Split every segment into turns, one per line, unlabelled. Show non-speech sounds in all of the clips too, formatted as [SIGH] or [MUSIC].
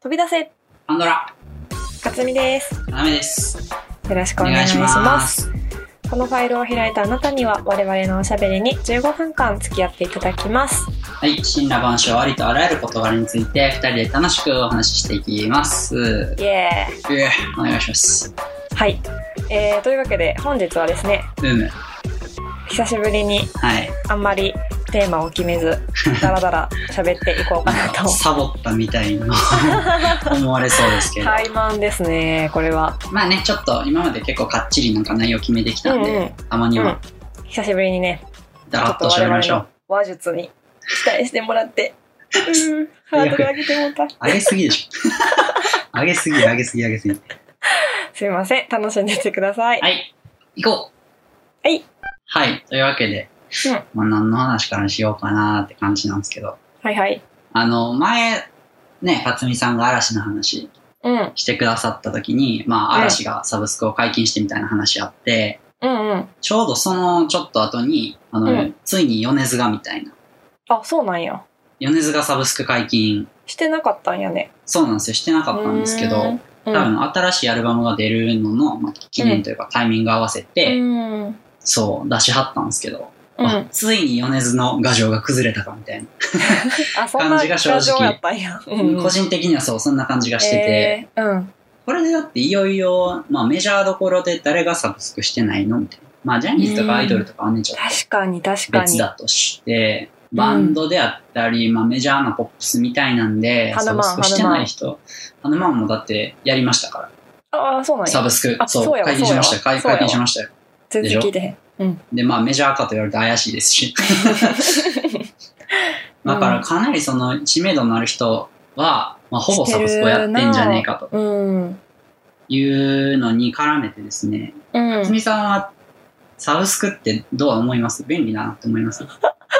飛び出せ
アンドラ、
かつみです。
ななめです。
よろしくお願いします。このファイルを開いたあなたには我々のおしゃべりに15分間付き合っていただきます。
はい、神羅万象ありとあらゆる事柄について二人で楽しくお話ししていきます。
イエー
ええ、お願いします。
イはい。えー、というわけで本日はですね、
うむ。
久しぶりに
はい。
あんまりテーマを決め
[LAUGHS]
ず、ダラダラ喋っていこうか
な
なん
[LAUGHS]
と
か、。サボったみたいに [LAUGHS] 思われそうですけど。
怠慢ですね、これは。
まあね、ちょっと今まで結構かっちりなんか内容決めてきたんで、
うんうん
たまに
うん
は。
久しぶりにね、
だらっと喋りましょう。
話術に期待してもらって。うん、ハードル上げても
[LAUGHS]
らった。
上げすぎでしょ。 [LAUGHS] 上げすぎ、上げすぎ、上げすぎ。
すいません、楽しんでってください。
はい、行こう
はい。
はい、というわけで、
うん
まあ何の話からしようかなって感じなんですけど、
はいはい。
あの、前、ね、辰巳さんが嵐の話
うん、
してくださった時に、まあ、嵐がサブスクを解禁してみたいな話あって、
うんうん。
ちょうどそのちょっと後に、あの、
うん
ついに米津がみたいな。
あ、そうなんや。
米津がサブスク解禁、
してなかったんやね。
そうなんですよ、してなかったんですけ
うー
ど
ん、
多分新しいアルバムが出るのの、まあ、記念というかタイミング合わせて、
うん。うん。
そう、出しはったんですけど、
う
あ
ん、
ついに米津の牙城が崩れたかみたいな。
あ、そんな
感じが正直
状況やったんや。うんうん
個人的にはそう、そんな感じがしてて、
えーうん。
これでだっていよいよ、まあメジャーどころで誰がサブスクしてないのみたいな。まあジャニーズとかアイドルとかはね、ちょっ
確かに確
と
か
別
に。
だとして、バンドであったり、まあメジャーなポップスみたいなんで、
ハ
サ
ヌ
ブ
マン
スクしてない人、あのマンもだってやりましたから、
ああ、そうなん
サ
や。
ブスク、
あ
そ
そう
う、
やわ
解禁しましたよ。
そうや
解
わそうや
解
わ
禁しましたよ。
全
でし
然
ょ
聞いてへん。うん。
で、まあメジャーかと言われて怪しいです
[LAUGHS]
し。だからかなりその知名度のある人は、まあほぼサブスクをやってんじゃねえかと
うん。
いうのに絡めてですね、
う
つ
ん。
みさんは、サブスクってどう思います便利だなって思います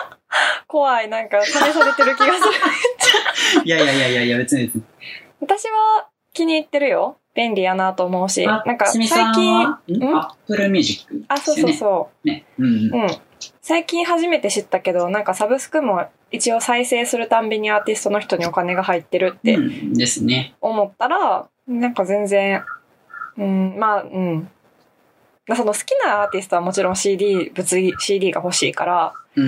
[LAUGHS]
怖い、なんか、試されてる気がする。 [LAUGHS]
いやいやいやいやいや、別に別に。
私は気に入ってるよ。便利やなと思うし。なんか、
つみさ
最
ん
近、
は、ん
うん
アップルミュージック。
あ、そうそうそう。
ね。うんうん。
うん。最近初めて知ったけど、なんかサブスクも一応再生するたんびにアーティストの人にお金が入ってるって
うんですね。
思ったら、なんか全然、うん、まあ、うん。その好きなアーティストはもちろん CD、物理 CD が欲しいから、
う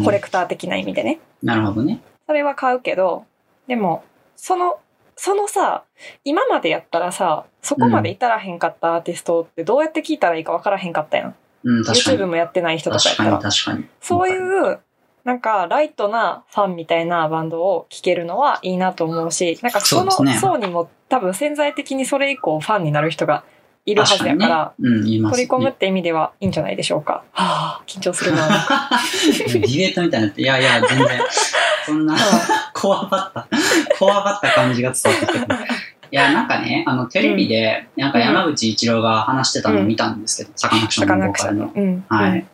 ん。
コレクター的な意味でね。
なるほどね。
それは買うけど、でも、その、そのさ、今までやったらさ、そこまで至らへんかったアーティストってどうやって聞いたらいいかわからへんかったやん。
うん、確かに
YouTube。もやってない人とかやっ
確
た
かに
ら。
確かに。
そういう、なんか、ライトなファンみたいなバンドを聴けるのはいいなと思うし、なんかその
そうですね
層にも多分潜在的にそれ以降ファンになる人がい
い
るはずやから、
うん、言います、
取
ね。
り込むって意味ではいいんじゃないでしょうか。はぁ、緊張するな。
ディベートみたいになって、いやいや、全然、そんな、 [LAUGHS] こわばった、こわばった感じが伝わってきてくる。いや、なんかね、あの、テレビで、なんか山口一郎が話してたのを見たんですけど、サカナクションのボーカル [LAUGHS]
う
の。
ん。
は
うん
い。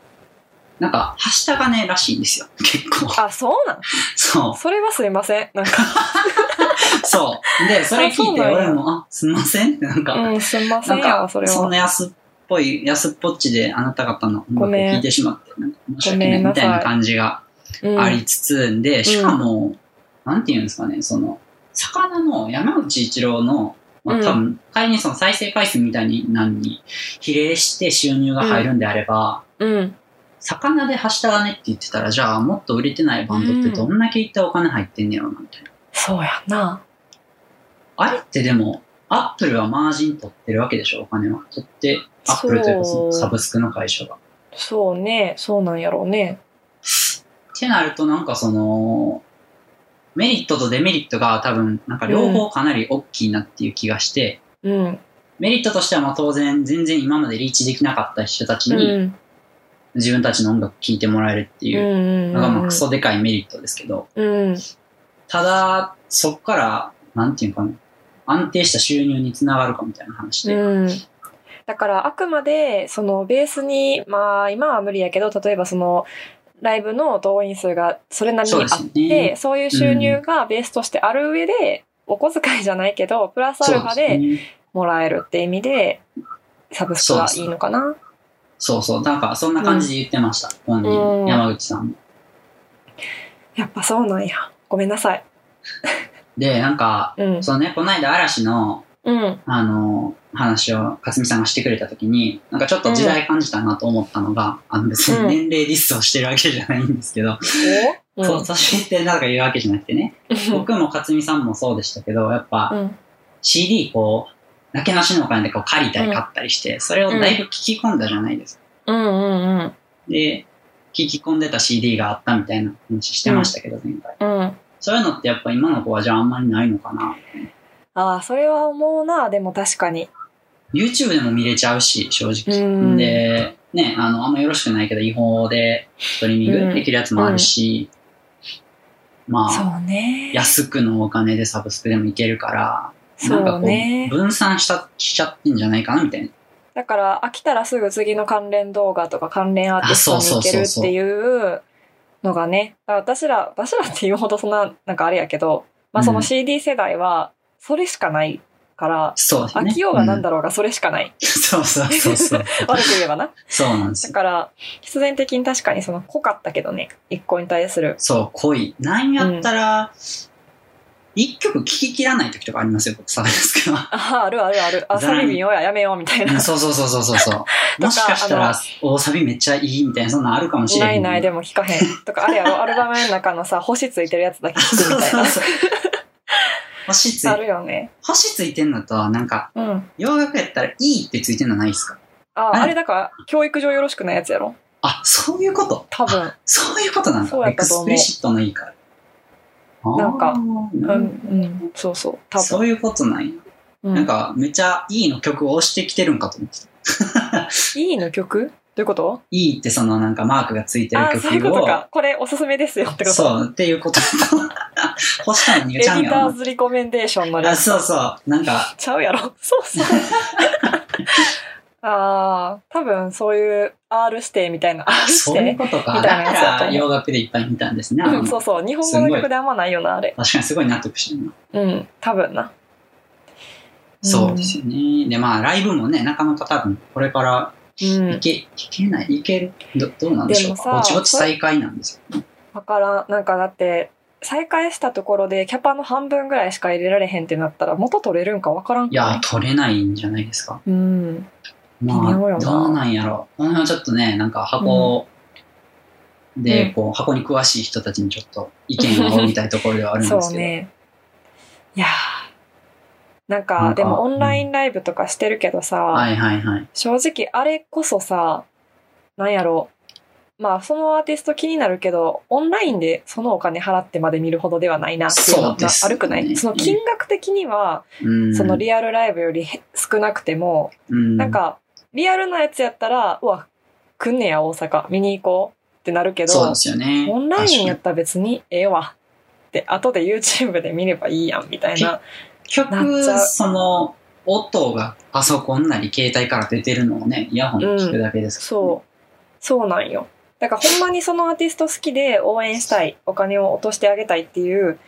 なんか、はしたがねらしいんですよ。結構。 [LAUGHS]
あ、そうなん
そ
それはすいません。なんか、
[LAUGHS] う。そう。で、それ
あそ
聞いうて、
なんや
俺も、あ、すんませんって、なんか、
うん、すんませ
なんん
やわ、
か
それ、
そ
は
ん。な安っぽい、安っぽっちであなた方の音楽を聞いてしまって、なんか申し訳
ごめ
ない
ん
み
なさい
たいな感じが
うん
ありつつんで、しかも、なんていうんですかね、その、魚の山内一郎の、まあ、
うん
多分、仮にその再生回数みたいに何に比例して収入が入るんであれば、
うん。
魚ではしたがねって言ってたら、じゃあもっと売れてないバンドってどんだけいったお金入ってんねやろな、みたいな。
そうやんな。
あれってでも、アップルはマージン取ってるわけでしょ、お金は。取って、アップルというかその
そう
サブスクの会社が。っ
そうね、そうなんやろうね。
てなると、なんかその、メリットとデメリットが多分、なんか両方かなり大きいなっていう気がして、
うん。
メリットとしてはまあ当然全然今までリーチできなかった人たち
うん。
に
うん
自分たちの音楽聴いてもらえるっていう
うん。
のがまあクソでかいメリットですけど、
うん。
ただそっからなんていうかな安定した収入につながるかみたいな話で、
うん、だからあくまでそのベースにまあ今は無理やけど例えばそのライブの動員数がそれなりに
そう
あっ
ですよ
てそう,、
ね。
いう収入がベースとしてある上で、お小遣いじゃないけどプラスアルファ
そう
です
ね
もらえるって意味でサブスクはいいのかな
そうそう。なんかそんな感じで言ってました。本
うん
人、山口さんも。
やっぱそうなんやごめんなさい
で、なんか、
うん。
そのね、この間嵐の、
うん。
あの、話を、かすみさんがしてくれたときに、なんかちょっと時代感じたなと思ったのが、あの別に
うん
年齢ディスをしてるわけじゃないんですけど、
お
そう、年齢ってなんか言うわけじゃなくてね、僕もかすみさんもそうでしたけど、やっぱ
うん。うん。
CD こう、なけなしのお金でこう借りたり買ったりして、それをだいぶ聞き込んだじゃないです
う
か。
んうんうん。
で、聞き込んでた CD があったみたいな話してましたけど、前回。
うん。
そういうのってやっぱ今の子はじゃああんまりないのかな。
ああ、それは思うな、でも確かに。
YouTube でも見れちゃうし、正直。
うん
で、ね、あの、あんまよろしくないけど、違法でストリーミン
う
グ
ん
できるやつもあるし、ま
そ
あ、
うね。
安くのお金でサブスクでもいけるから、
そ
なんか
う
こ
ね
う、。分散した、しちゃってんじゃないかな、みたいな。
だから飽きたらすぐ次の関連動画とか関連アーティストに行けるっていうのがねだから私ら私らっていうほどそんななんかあれやけど、まあ、そうの
ん
CD 世代はそれしかないから、
そうですね。
飽きようがなん
ろ
だろうがそれしかない、
[LAUGHS] そうそうそうそう。
悪く言えばな
そうなんです
だ
よ。
から必然的に確かにその濃かったけどね一個に対する
そう、濃い。なんやったら、一、曲聴き切らない時とかありますよ、僕、サービスけど。
ああるあるあるあサビ見ようややめようみたいな
うんそうそうそうそう [LAUGHS] そうそう。もしかした
あ
ら、大サビめっちゃいいみたいな、そんなんあるかもしれ
な
へ
い
ん。
ないでも聞かへんとかあれやろアルバムの中のさ星ついてるやつだけ聞く
そう
みたい
そう
な
そう。 [LAUGHS] 星つ
あ
い、
るよね
星ついてんのと、なんか、
うん
洋楽やったらいいってついてんのないですか
あ、
はい
あれだから、教育上よろしくないやつやろ
あ、そういうこと
多分。
そういうことなん
そう
だ。
や
エ
った
ク
と思う
スプリシットのいいから。あー
なんかうん、
な
う
るほど
ん、そうそう、多分。
そういうことなんや。
う
なん
ん、
か、めちゃいいの曲を押してきてるんかと思ってた。
いいの曲どういうこと
いいってそのなんかマークがついてる
あ、
曲を。
そういうことか。これおすすめですよってこと。
そう、っていうこと。 [LAUGHS] 星さんに
エ
言
デ
っちゃうん
ィ
や
ター
ろ
ズリコメンデーションの
な。
や
あ、
つ。
そうそう。な
[LAUGHS]
んか、
ちゃうやろそう
[LAUGHS]
そう。ああ、多分そういう R 指定みたいな。R 指
そうい
定
うことか。
みたい
だ
なや
か
つだと思
ら
う
洋楽でいっぱい見たんですね。あの
うん、そうそう。日本語の曲であんまないよな、あれ。
確かにすごい納得してるな。
うん、多分な。
そうですよね。で、まあ、ライブもね、なかなか多分、これから
うん。うん
いけ、いけない、いける、どどうなんでしょ
でも
うか。
さ
ぼちぼち再開なんですよ。
わからん。なんかだって、再開したところでキャパの半分ぐらいしか入れられへんってなったら元取れるんかわからん
い
か
や、取れないんじゃないですか。
うん。
まあ、
微妙
ど
よ
う
な
なんやろう。この辺はちょっとね、なんか箱
う
で
ん、
こう、箱に詳しい人たちにちょっと意見を仰ぎたいところではあるん
そ
です
う
けど。
ね。いやーなんか、
なんか
でもオンラインライブとかしてるけどさ、
はいはいはい。
正直あれこそさ、なんやろう。まあ、そのアーティスト気になるけど、オンラインでそのお金払ってまで見るほどではないなっていうの
そうで
が
す
あるくないそ,、
ね
の金額的には、
うん。
そのリアルライブよりへ少なくても、
うん
なんか、リアルなやつやったら、うわ、来んねや、大阪、見に行こうってなるけど
そうで、すよね。
オンラインや
確
ったら別にええわって、後で YouTube で見ればいいやん、みたいな。
かに
なっちゃ
曲、
う
その、音がパソコンなり携帯から出てるのをね、イヤホンで聞くだけですからね、
そう。そうなんよ。だからほんまにそのアーティスト好きで応援したい、お金を落としてあげたいっていう、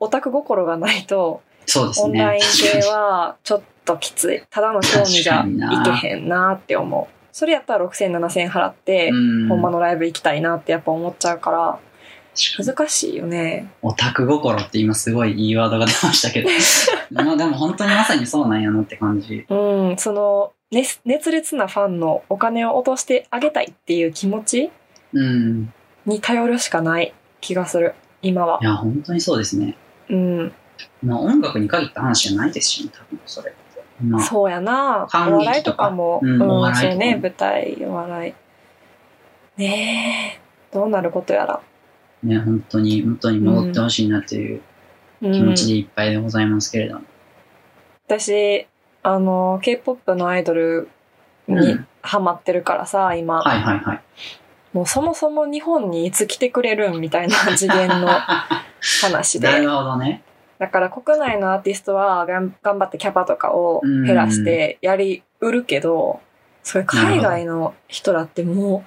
オタク心がないと、
そうです
オン
ね。
ライン系はちょっときつい。ただの興味じゃいけへんなって思う。それやったら6000、7000払って、
うん
ほんまのライブ行きたいなってやっぱ思っちゃうから、
確かに
難しいよね。
オタク心って今すごいいいワードが出ました
[LAUGHS]
けどまあでも本当にまさにそうなんやなって感じ
うん、その熱熱烈なファンのお金を落としてあげたいっていう気持ち
うん。
に頼るしかない気がする。今はい
や本当にそうですね
うん、
まあ音楽に限った話じゃないですしね多分それってまあ
そうやな。お
感激とか
笑いとかも、
うんお笑いとか
そうね、舞台、お笑い。ねえ、どうなることやら。
ね本当に元に戻ってほしいなっていう
う
気持
ん、
ちでいっぱいでございますけれども、
私、あの、K-POP のアイドル
う
に
ん
ハマってるからさ、今。
はいはいはい
もうそもそも日本にいつ来てくれるんみたいな次元の話で。
[LAUGHS] なるほどね
だから国内のアーティストはがん頑張ってキャパとかを減らしてやりうるけど、それ海外の人だっても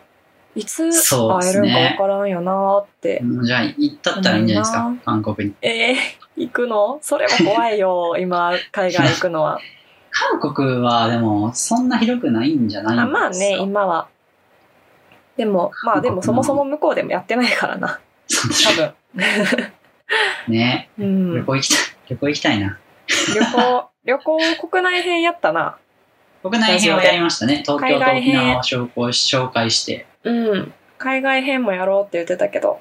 ういつ
そうで
会え
す
るんか
ね
わからんよなーって。
もうじゃあ行ったったらいいんじゃないです
う
か
ん
韓国に
えー、行くのそれも怖いよ、
[LAUGHS]
今海外行くのは。
韓国はでもそんな広くないんじゃないんです
あ
か
まあね、今は。でも、まあでもそもそも向こうでもやってないからな、多分。
ね
うん
旅行行きたい旅行行きたいな。
旅行、旅行国内編やったな。
国内編をやりましたね。東京
海
と
外
沖
編
縄を紹介紹介して。
うん。海外編もやろうって言ってたけど、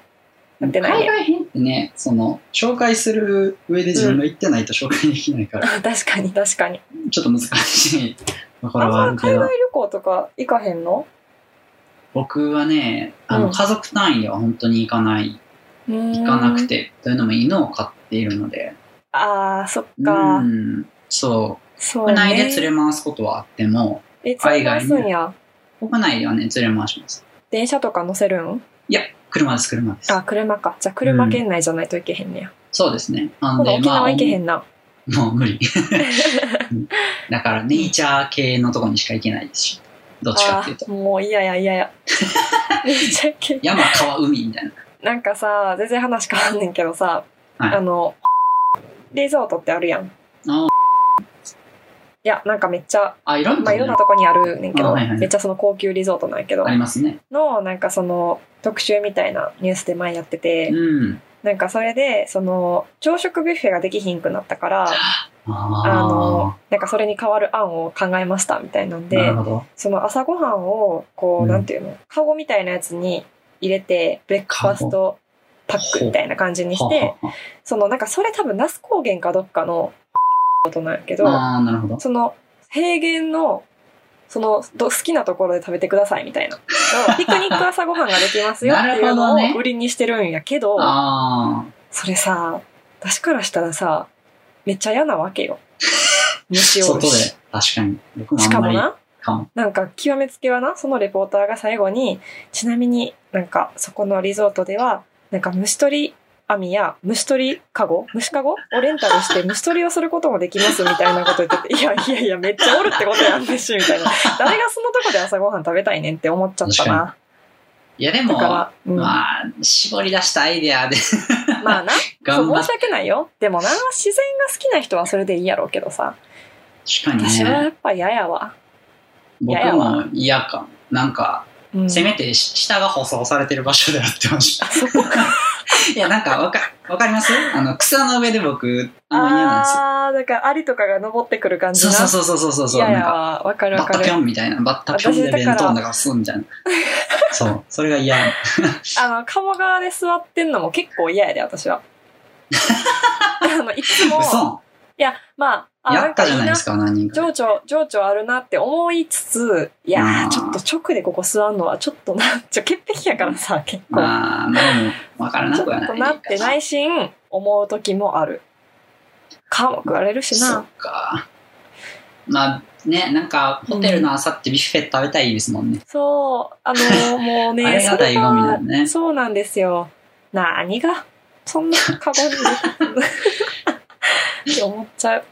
やってない
海
ね。
外編ってね、その、紹介する上で自分が行ってないと紹介できないから、
[LAUGHS] 確かに確かに。
ちょっと難しいとこ
あ
ろ
ん
はあ
ま
るけ
海
ど
外旅、行とか行かへんの
僕はね、あの、
うん
家族単位では本当に行かない、
行
行かなく。て、というのも犬を飼っているので、
ああ、そっ
う
か。
ん、そう、
そう
国
ね。
内で連れ回すことはあっても、
え、連れ回す
海
ん
外
や。
国内ではね、連れ回します。
電車とか乗せるん
いや、車です、車です。
あ、車か。じゃあ車圏内じゃないといけへんねや。
そうですね。な
今
ん
度
で、
沖
まあ
縄、行けへんな。
もう無理。 [LAUGHS] うんだから、ネイチャー系のとこにしか行けないですし、どっちかっ
あ
ていうと
ー。もう嫌や嫌
[LAUGHS]
や。めっちゃけ
山、川、海みたいな。
なんかさ、全然話変わんねんけどさ、
はい
あの、リゾートってあるやん。い
あ
や、なんかめっちゃ、
あ、いろん
まあ、
ないと
ろんな
こと
こにあるねんけ
あ
ど、
はいはい
めっちゃその高級リゾートなんやけど
あ、りますね。
の、なんかその、特集みたいなニュースで前やってて、
うん。
なんかそれで、その、朝食ビュッフェができひんくなったから、あの
あ、
なんかそれに代わる案を考えましたみたいなん
あ、な
で
る、ほど。
その朝ごはんを、こ
う
う、
ん
なんていうの、カゴみたいなやつに入れて、ブレックファーストパックみたいな感じにし
は
て、
あは
その、なんかそれ多分那須高原かどっかのことなんやけど
あ、はああー、なるほど。
その、平原の、その、ど好きなところで食べてくださいみたい
[LAUGHS]
な。ピクニック朝ごはんができますよっていう
なるほどね
のを売りにしてるんやけど、
あ
それさ、私からしたらさ、めっちゃ嫌なわけ
[LAUGHS]
よ。
あ、
虫を
外で、確かに。僕も
し
あ
か
んま
も
り
な、
かも。
なんか極めつけはな、そのレポーターが最後に、ちなみになんかそこのリゾートでは、なんか虫取り網や虫取りカゴ虫カゴをレンタルして虫取りをすることもできますみたいなこと言ってて、いやいやいや、めっちゃおるってことやんねし、みたいな。誰がそのとこで朝ごはん食べたいねんって思っちゃったな。
いや、で
だ
も、
から、うん、ま
まあ、絞り出したアイデアで
あ、な、
頑
そ
張
う
っ
申し訳ないよ。でもな、自然が好きな人はそれでいいやろうけどさ、
確かに
私はや
ね、
っぱ嫌やわ。
僕
嫌やわ
も嫌かも。なんか、
うん、
せめてし下が舗装されてる場所でやってました。
そこか。
[LAUGHS] いや、なんかわか、わかりますあの、草の上で僕、あんま嫌なんですよ。
あー、だからアリとかが登ってくる感じ
そう
な。
そうそうそうそうそう。
いやい
なん
や、
か、
わかる
バ
わ
ッ
か
タピョ
る。
ンみたいな。バッタピョンで
私だ
弁
から
当の中すんみたいな。そう。それが嫌。
あの、鴨川で座ってんのも結構嫌やで、私
[LAUGHS]
は。あの、いつも、
嘘
いや、まあ、あ
やったじゃないで
な
すか、何人か。
情緒、情緒あるなって思いつつ、いや
あー
ー、ちょっと直でここ座るのは、ちょっとな、ちょ、潔癖やからさ、結構。
まあ、まあでも、わからな
ちょっ
くはない。
となって内心、思う時もある。かも食われるし
そ
な
っ。か。まあ、ね、なんか、ホテルの朝ってビュッフェ食べたいですもんね。
そう、あのー、もう
[LAUGHS] あ
ね、
れが醍醐味なのね。
そうなんですよ。何が、そんなカゴに入
[LAUGHS]
れてって思っちゃう。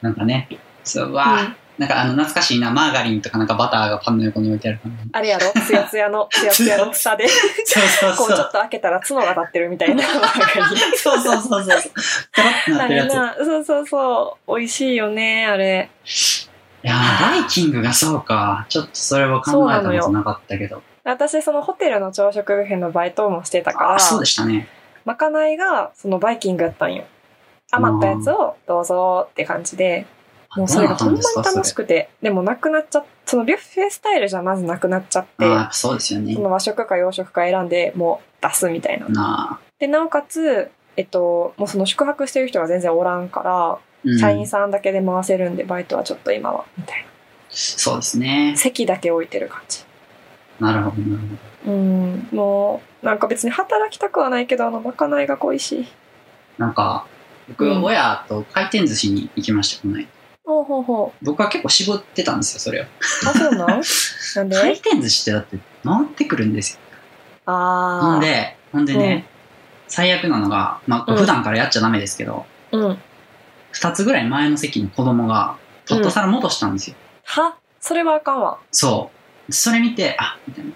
なんかね。そう、
うん
わあ、なんかあの、懐かしいな、マーガリンとかなんかバターがパンの横に置いてある感じ。
あれやろツヤツヤ
[LAUGHS]
の、ツヤツヤの草で、
そうそう
こうち
そ
ょっ
う。
と開けたら角が立ってるみたいな。なんかいい
そうそうそうそう。トロッとな
あ
ってるや
れ
つ。い
な、そうそうそう。美味しいよね、あれ。
やー、バイキングがそうか。ちょっとそれは考えたことなかったけど。
私、そのホテルの朝食ビュッフェのバイトもしてたか
あ、そう
ら、
でしたね。
まかないが、そのバイキングやったんよ。余ったやつをどうぞって感じで、もうそれがほんまに楽し
く
くて、でもなくなっちゃっそのビュッフェスタイルじゃまずなくなっちゃって、
あーそうですよね
そ。の和食か洋食か選んでもう出すみたいな。
なあ。
で、なおかつ、えっと、もうその宿泊してる人が全然おらんから、
うん
社員さんだけで回せるんで、バイトはちょっと今は、みたい
そうですね
な。。席だけ置いてる感じ。
なるほど、なるほど。
うん、もう、なんか別に働きたくはないけど、あの、まかないが恋しい。
なんか、僕、
うん
親と回転寿司に行きました、この間。
ほうほうほ
僕は結構絞ってたんですよ、それを。
う。あ、そうなん [LAUGHS] なん
回
で
転寿司ってだって、回ってくるんですよ。ほ
あ
ん
あ。
で、ほんでね、最悪なのが、まあ、
うん
普段からやっちゃダメですけど、
うん。
二つぐらい前の席の子供が、ポット皿戻したんですよ。
は、それはあかんわ。
そう。それ見て、あ、みたいな。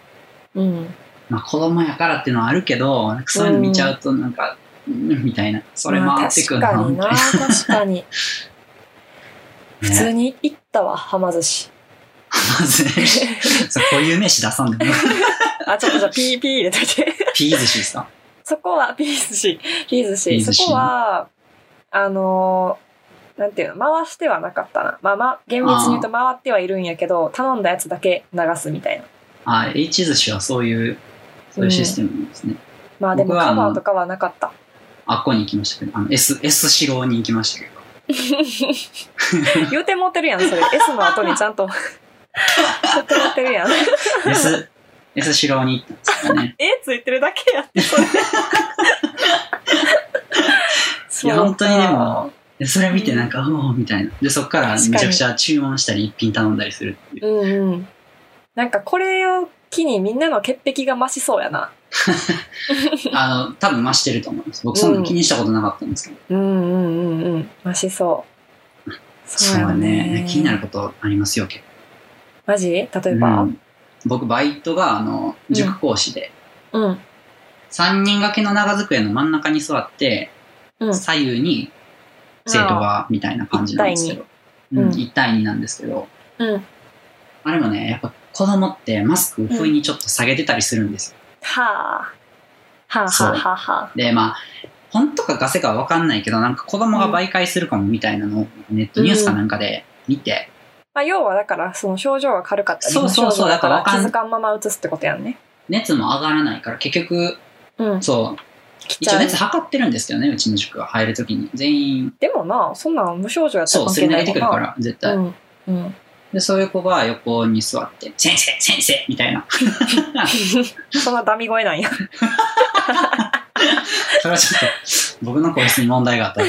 うん。
まあ、子供やからっていうのはあるけど、なんかそういうの見ちゃうと、なんか、うんみたいな。それ
ま
回
あ
ってく
確
る
か
な、
に
み
な、 [LAUGHS]
たいな。
確
[LAUGHS]
かに。普通
ね、
に行ったわ、はま寿司。
まずね、そうこういう名詞出さんでも、
あ、ちょっとじ
[LAUGHS]
ゃあ、ピーピー入れといて。 [LAUGHS]
ピー寿司ですか
そこは、ピースシ、ピース
ピー
シ、
スシ
そこは、あのーなんていうの、回してはなかったな。まあまあ、厳密に言うと回ってはいるんやけど、頼んだやつだけ流すみたいな。
あ、H 寿司はそういう、そういうシステムなんですね。
まあでも
僕はあ
カ
の
バーとかはなか
[LAUGHS]
った。
あっこに行きましたけど、あの、S、S 四郎に行きましたけど。
言うて持ってるやん、それ。S の後にちゃんと。言って持ってるや
[LAUGHS]
ん。
S、S 四郎に行ったんですよね。
えついてるだけやって、
[LAUGHS]
それ。そう
い
か
や本当にでも。でそれ見てなんか、おおみたいな。で、そっからめ
確かに
ちゃくちゃ注文したり、一品頼んだりす
[LAUGHS]
るっていう。
うんうん。なんかこれを機にみんなの潔癖が増しそうやな。
あの、多分増してると思います。僕そんな気にしたことなかったんですけど。
うんうんうんうん。増しそう。
そう
や
だね。気になることありますよ、結
マジ例
構。
えば
うん僕、バイトが、あの、塾講師で、
うん。
三人掛けの長机の真ん中に座って、
うん。
左右に生徒が、みたいな感じなんですけ
一
ど。
対二
う
うん
ん一対二なんですけど、
うん。
あれもね、やっぱ子供ってマスクを不意にちょっと下げてたりするんですよ。
はあ。はあ
そう
はあはあは
で、まあ、本当かガセかわかんないけど、なんか子供が媒介するかもみたいなのをネットニュースかなんかで見て、
まあ、要はだから、その症状が軽かったり、
そうそうそう
無症状だから
だからわか
気
ん
づかんまま移すってことやんね。
熱も上がらないから結局、
うん。
そう、
来ち
一
ゃ
応
う
熱。測ってるんですけどね、うちの塾は入るときに。全員、
でもな、そんなん無症状やった
そ
ら
う、
関
すり
係
抜
な
け
い
て
も
く
ん
る
な。
から、絶対。
うん。うん。
で、そういう子が横に座って、先生、先生みたいな。
そんなダミ声なんや。
それはちょっと、僕の個室に問題があった。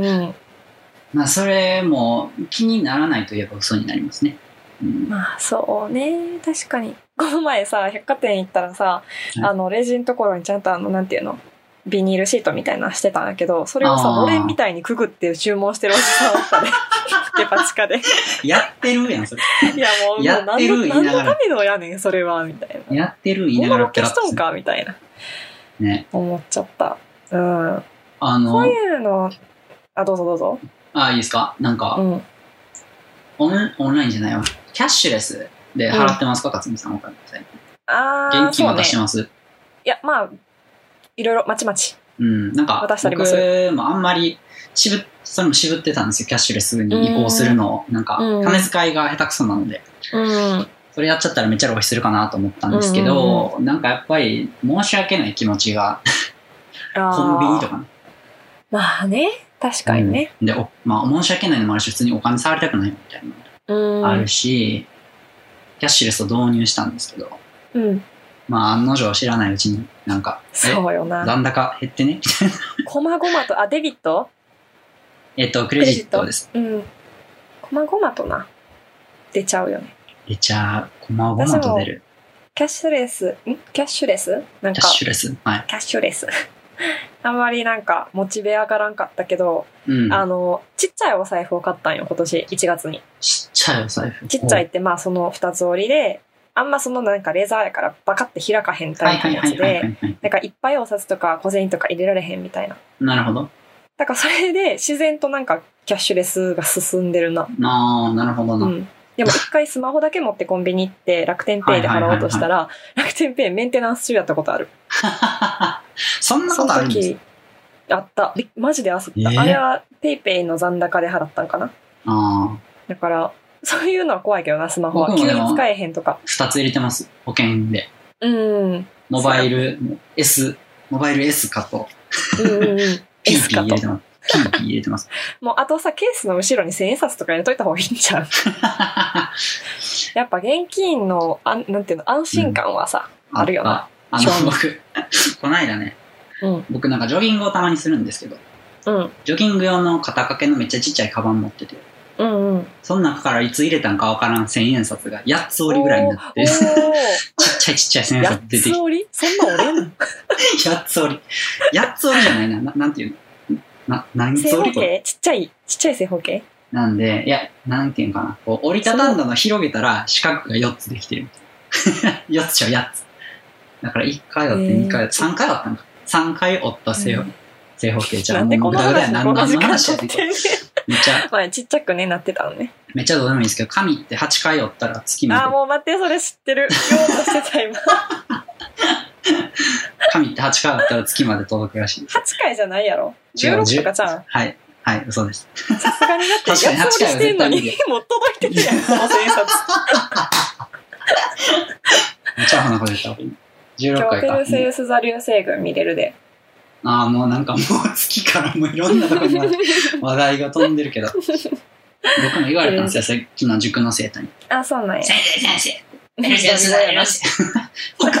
うん。
まあ、それも気にならないといえば嘘になりますね。うん
まあ、そうね。確かに。この前さ、百貨店行ったらさ、
い
あの、レジのところにちゃんとあの、なんていうのビニールシートみたいなのしてたんやけど、それをさ、
あー
のれんみたいにくぐって注文してるおじさんお
[LAUGHS]
ったで。デパ地下で。
やってるやん、それ。
いやもう、
や
もう
ってる言い
何
な
の
がら
何のためのやねん、それは、みたいな。
やってる言い
も
な
の
がら
ロケしとんかみたいな。
ね。
思っちゃった。うん。
あ
こう
の、
いうの、あ、どうぞどうぞ。
あ、いいですかなん
う
か、
ん。
オン、オンラインじゃないわ。キャッシュレスで払ってますか、勝美さん。お金って
あー、
現金渡して
そうね。
ます
いや、まあ、いろいろ、まちまち。
うん。なんか、
渡したりもす
僕もあんまり、渋っ、それも渋ってたんですよ。キャッシュレスに移行するのを。なんか、
うん
金遣いが下手くそなので。
うん。
それやっちゃったらめっちゃ浪費するかなと思ったんですけど、なんかやっぱり申し訳ない気持ちが、コンビニと
か。
かね。
まあね、確かにね。
うんで、おまあ申し訳ないのもあるし、普通にお金触りたくないみたいなの
うん。
もあるし、キャッシュレスを導入したんですけど、
うん。
まあ案の定知らないうちになんか、
そうよ
え、
な。
残高減ってね。
こまごまと、あ、デビット
えっと、クレジットです。
うん。こまごまとな。出ちゃうよね。
え、じゃあ、こまごまと出る。
キャッシュレス、んキャッシュレスなん
キ
か
ャッ、シュレス。はい。
キャッシュレス。 [LAUGHS] あんまりなんか、モチベ上がらんかったけど、
うん。
あの、ちっちゃいお財布を買ったんよ、今年1月に。
ちっちゃいお財布。
ちっちゃいって、まあその二つ折りで、あんまそのなんかレザーやからバカって開かへん
お。は
タ
い
イプ
は
の
い
や
はい
つ
はいは
で、
いはい。
なんかいっぱいお札とか小銭とか入れられへんみたいな。
なるほど。
だからそれで自然となんかキャッシュレスが進んでるな。
ああ、なるほど
う
な。
ん。でも一回スマホだけ持ってコンビニ行って楽天ペイで払おうとしたら、楽天ペイメンテナンス中やったことある。
[LAUGHS] そんな
そ
ことあ
の
るんです
時
か、
あった。びマジで焦った。
えー
あれはペイペイの残高で払ったんかな。
ああ、
だから、そういうのは怖いけどな、スマホは。
僕も
急
でも
に使えへんとか。
二つ入れてます。保険で。
うん。
[LAUGHS]
うん
モバイル S、モバイル S かと、
うんうん。
ピ
S
ーピー
か
入
と
れ。てます。ピーピー入れてます。
もうあとさ、ケースの後ろに千円札とか入れといた方がいいん
[LAUGHS]
じゃん。やっぱ現金の、あんなんていうの、安心感はさ、 [LAUGHS] あるよな。
あ
正
の、
味
僕、 [LAUGHS] こないだね、
うん
僕なんかジョギングをたまにするんですけど、
うん。
ジョギング用の肩掛けのめっちゃちっちゃいカバン持ってて、
うんうん。
その中からいつ入れたんかわからん千円札が8つ折りぐらいになって、
お
[LAUGHS] ちっ
ー
ちゃいちっちゃい千 [LAUGHS]
おー
円札
八
出てき
つ
て、
折りそんな折れんの
8つ折り。8つ折りじゃないな。ななんていうのな、何
正
つ折
方
りこれ
形ちっちゃい、ちっちゃい正方形
なんで、いや、なんていうんかな。こう、折りたたんだの広げたら、四角が4つできてるみ [LAUGHS] たいな。4つちゃう、8つ。だから1回だって、
えー
2回だって、3回だったのか。3回折った正,、
うん
正方形じゃ。
なんんでこの
もうぐ
話
だぐだ
のこの時間
何の話や
取
ね
っ
ん
てんねん
めっちゃ、
[LAUGHS] まあちっちゃくね、なってたのね。
めっちゃどうでもいいんですけど、紙って8回折ったら月ま
あー、
で。 [LAUGHS]
もう待って、それ知ってる。用途してた今。
神って8回だったら月まで届くらしいです。
8回じゃないやろ。
違う
16とかじゃん。
はい。はい、嘘です。
さすがにだって、や
確
つ
かに
折りしてんのに、
8回は絶対無理だ
もう届いてるや
[LAUGHS]
ん、その千円札。
チャーハンのこと言った方がいい。16
今日
回
ペルセ
か。
ウス座流星群見れるで。
ああ、もうなんかもう月からもういろんなとこに話題が飛んでるけど。僕も言われたんですよ、さっきの塾の生徒に。
あ、そう
[LAUGHS]
なんや。
先生、先生。ペルセウス座流星 [LAUGHS] 北東、北東で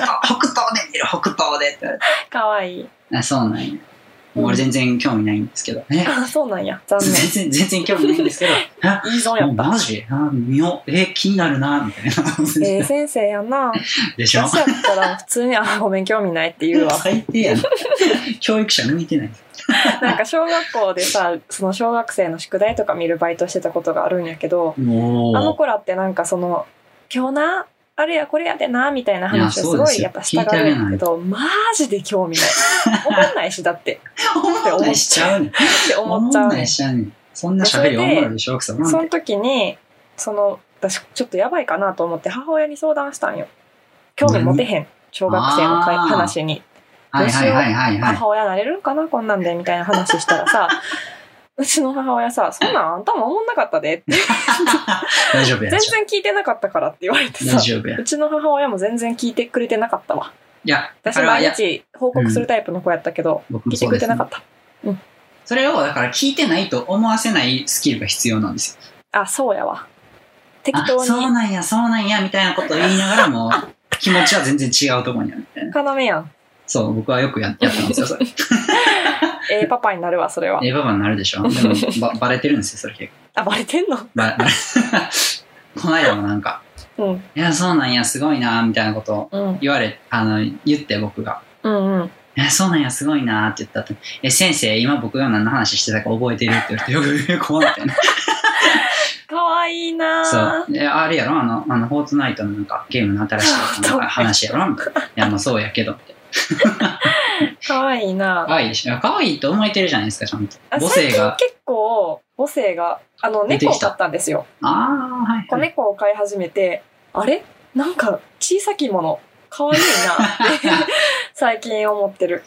見る、北東でって言われて
かわいい。
あ、そうなんや。もう俺全然興味ないんですけど。え
あ、そうなんや。残念。
全然、全然興味ないんです
[LAUGHS]
けど。あ
いいぞやっ
マジあ見よう。え、気になるな、みたい
た。えー、
な。
先生やな。
でしょ
私やったら普通に、あ、ごめん、興味ないって言うわ。
最低やな。教育者向いてない。
[LAUGHS] なんか小学校でさ、その小学生の宿題とか見るバイトしてたことがあるんやけど、
もう。
あの子らってなんかその、今日な、あれやこれやでな、みたいな話を
いやそ
す
うで
ご
す
い
よ
やっぱしたがるんやけど、マジで興
[LAUGHS]
味ない。思んないし、だって、
思ったりしちゃうねん。
って思っちゃ
ん
う
な
ね
りしちゃうねん。そんな喋りおもろいでしょ、奥さん。
その時に、その、私ちょっとやばいかなと思って母親に相談したんよ。興味持てへん。小学生の会
あー
話に。
はいはいはいはいはい。
母親なれるんかなこんなんでみたいな話したらさうちの母親さ「そんなんあんたも思んなかったで」って
大丈夫
全
や。大
然聞いてなかったからって言われてさ
丈夫や。
う
い
ちの母親も全然聞いてくれてなかったわ
や、だ
私
から
毎
いや、
日報告するタイプの子やったけど、
僕
聞
も
いて
そう
く
で
れて
す、
な
ね
か。った
それを、だから聞いてないと思わせないスキルが必要なんですよ。
あそうやわ適
あ、
当
そう
に
なんや、そうなんや、みたいなことを言いながら
[LAUGHS]
も、気持ちは全然違うところにあるみたいな。
要やん
そう、僕はよくややったんですよ、それ。
ええパパになるわそれは
ええババになるでしょ。でも、ば、ばれてるんですよ、それ結構。
あバレてんの
ば、 [LAUGHS] ばれこの間もなんか、
うん
いや、そうなんや、すごいな、みたいなことを
うん
言われ、あの、言って僕が。
うんうん
え、そうなんや、すごいなーって言った後に、え、先生、今僕が何の話してたか覚えてるって言われて、よく、よく困っ
[LAUGHS]
てね。
かわいいな
そう
ぁ。
え、あれやろあの、あの、フォートナイトのなんか、ゲームの新しいなんか話やろみたいな。いや、もうそうやけど、みたいな
かわいいなぁ
可愛いでしょ。いや可愛いと思えてるじゃないですか、ちゃんと。
あ
母
最
性
近
が。
結構母性があの
出て
猫を
きた
飼ったんですよ
ああ、はい
子
はい。
猫を飼い始めてあれなんか小さきもの可愛いなって
[LAUGHS]
最近思ってる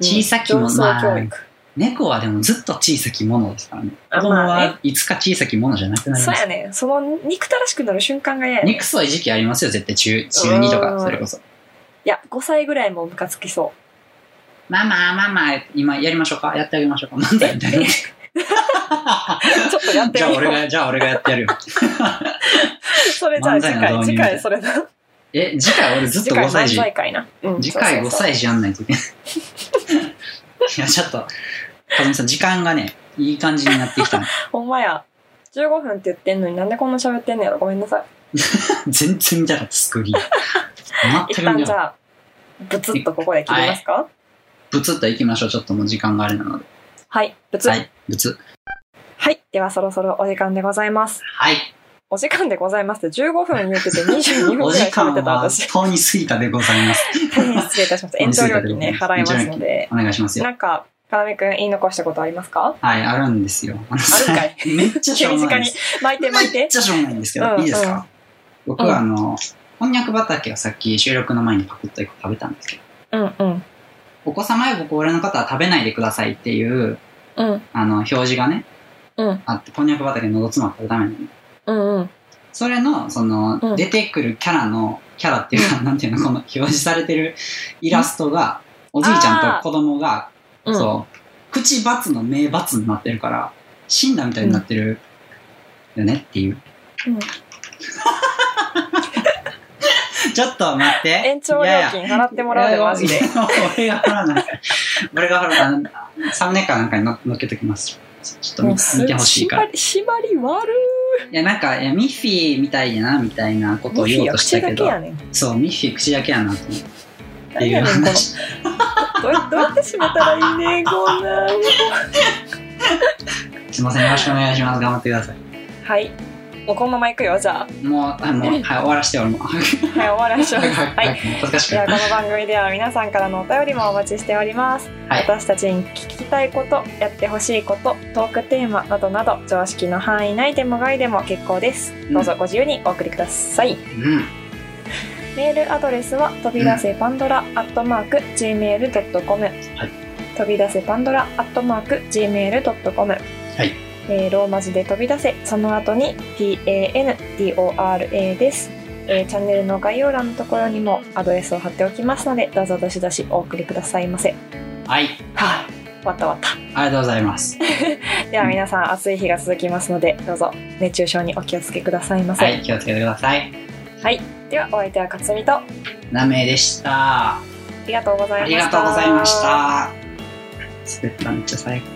小さきもの
うん上層教育
猫はでもずっと小さきものですからね。子
あ
供
まあね
はいつか小さきものじゃなくなり
そ
ま
う
す。
やねその憎たらしくなる瞬間が嫌やね
肉そうい時期ありますよ、絶対中、中二と
う
か、
ん
それこそ。
いや5歳ぐらいもムカつきそ
ママ、ママ、今やりましょうかやってあげましょうか漫才みたいな。
う [LAUGHS] ちょっとやって
じゃあ
みよ
俺
う
が、じゃあ俺がやってやるよ。
[LAUGHS] それじゃあ次
漫才の
回
導入
次
みたい
回それな
え、次回俺ずっ
次
と
回
5歳
漫
児。
才会な、うん、
次回
そう
5
そうそう
歳児やんないといけない。いや、ちょっと、かずみさん、時間がね、いい感じになってきたの。
ほんまや15分って言ってんのになんでこんな喋ってんのやろごめんなさい
[LAUGHS] 全然見たかった、スクリーン。
一
全く
旦
見
じ
たか
ゃ
った。
あブツッとここで切りますか
ぶつっと行きましょう。ちょっともう時間があれなので。
はい、ブツッ
は、い、ぶつ。
はい。ではそろそろお時間でございます。
はい。
お時間でございますって15分言うてて22分
お
ぐら
時
い食
間
べてた
は、
私。
遠に過ぎたでございます。
大変失礼いたしました。延長料金ね、払いますので。
お願いしますよ。
なんか、かなめくん言い残したことありますか
はい、あるんですよ。あのさ
あるんかい
[LAUGHS] めっちゃしょう
[LAUGHS]
もないです。
巻いて巻い。
めってちゃしょうもないんですけど、
うん
いいですか、僕はあの、こんにゃく畑をさっき収録の前にパクッと一個食べたんですけど、
うんうん。
お子様やご高齢の方は食べないでくださいっていう、
うん
あの、表示がね、
うん
あって、こんにゃく畑のどつま食べるために。
うんうん。
それの、その、
うん
出てくるキャラの、キャラっていうか、なんていうの、この表示されてるイラストが、おじいちゃんと子供が、
うん、
そう、口罰の目罰になってるから、死んだみたいになってるよねっていう。
うん
ちょっと待って。
延長料金払ってもらうで、マジ
い
で。
やいや俺が払わない。俺が払わない。サムネかなんかにの乗っけときます。ちょっと見見てほしいから。い
締まり、締まり悪
や、なんか、いやミッフィーみたいやな、みたいなことを
い。
言おう
や
とした
口
け
だけ
ど。
やねん。
そう、ミッフィー口だけやな、と思って。って
何
いう
やねん、この。
話。
どうやどうやって締めたらいいねん、こんなん。
すいません、よろしくお願いします。頑張ってください。
はい。もうこのまま行くよ、じゃあ。
もう、あもう、はい、終わらして、俺も。はい、
はい、終わらしょう。 [LAUGHS] は
はいい、。恥ずかしく
で
な
はこ
い。
の番組では皆さんからのお便りもお待ちしております、
はい
私たちに聞きたいことやってほしいことトークテーマなどなど常識の範囲内でも外でも結構ですどうぞご自由にお送りください、
うん。
メールアドレスは飛び出せパンドラアットマーク Gmail.com、飛び出せパンドラアットマーク Gmail.com、
い
えーローマ字で飛び出せその後に PANDORA です、えーチャンネルの概要欄のところにもアドレスを貼っておきますのでどうぞどしどしお送りくださいませ
はい。
はあ、わったわった
ありがとうございます。
では皆さん暑い日が続きますのでどうぞ熱中症にお気をつけくださいませ、
はい、気をつけてください。
はい、ではお相手は勝美とあ
ナメでした。
りがとうござい
あ
ま
り
した
がとうございました。滑っためっちゃ最高。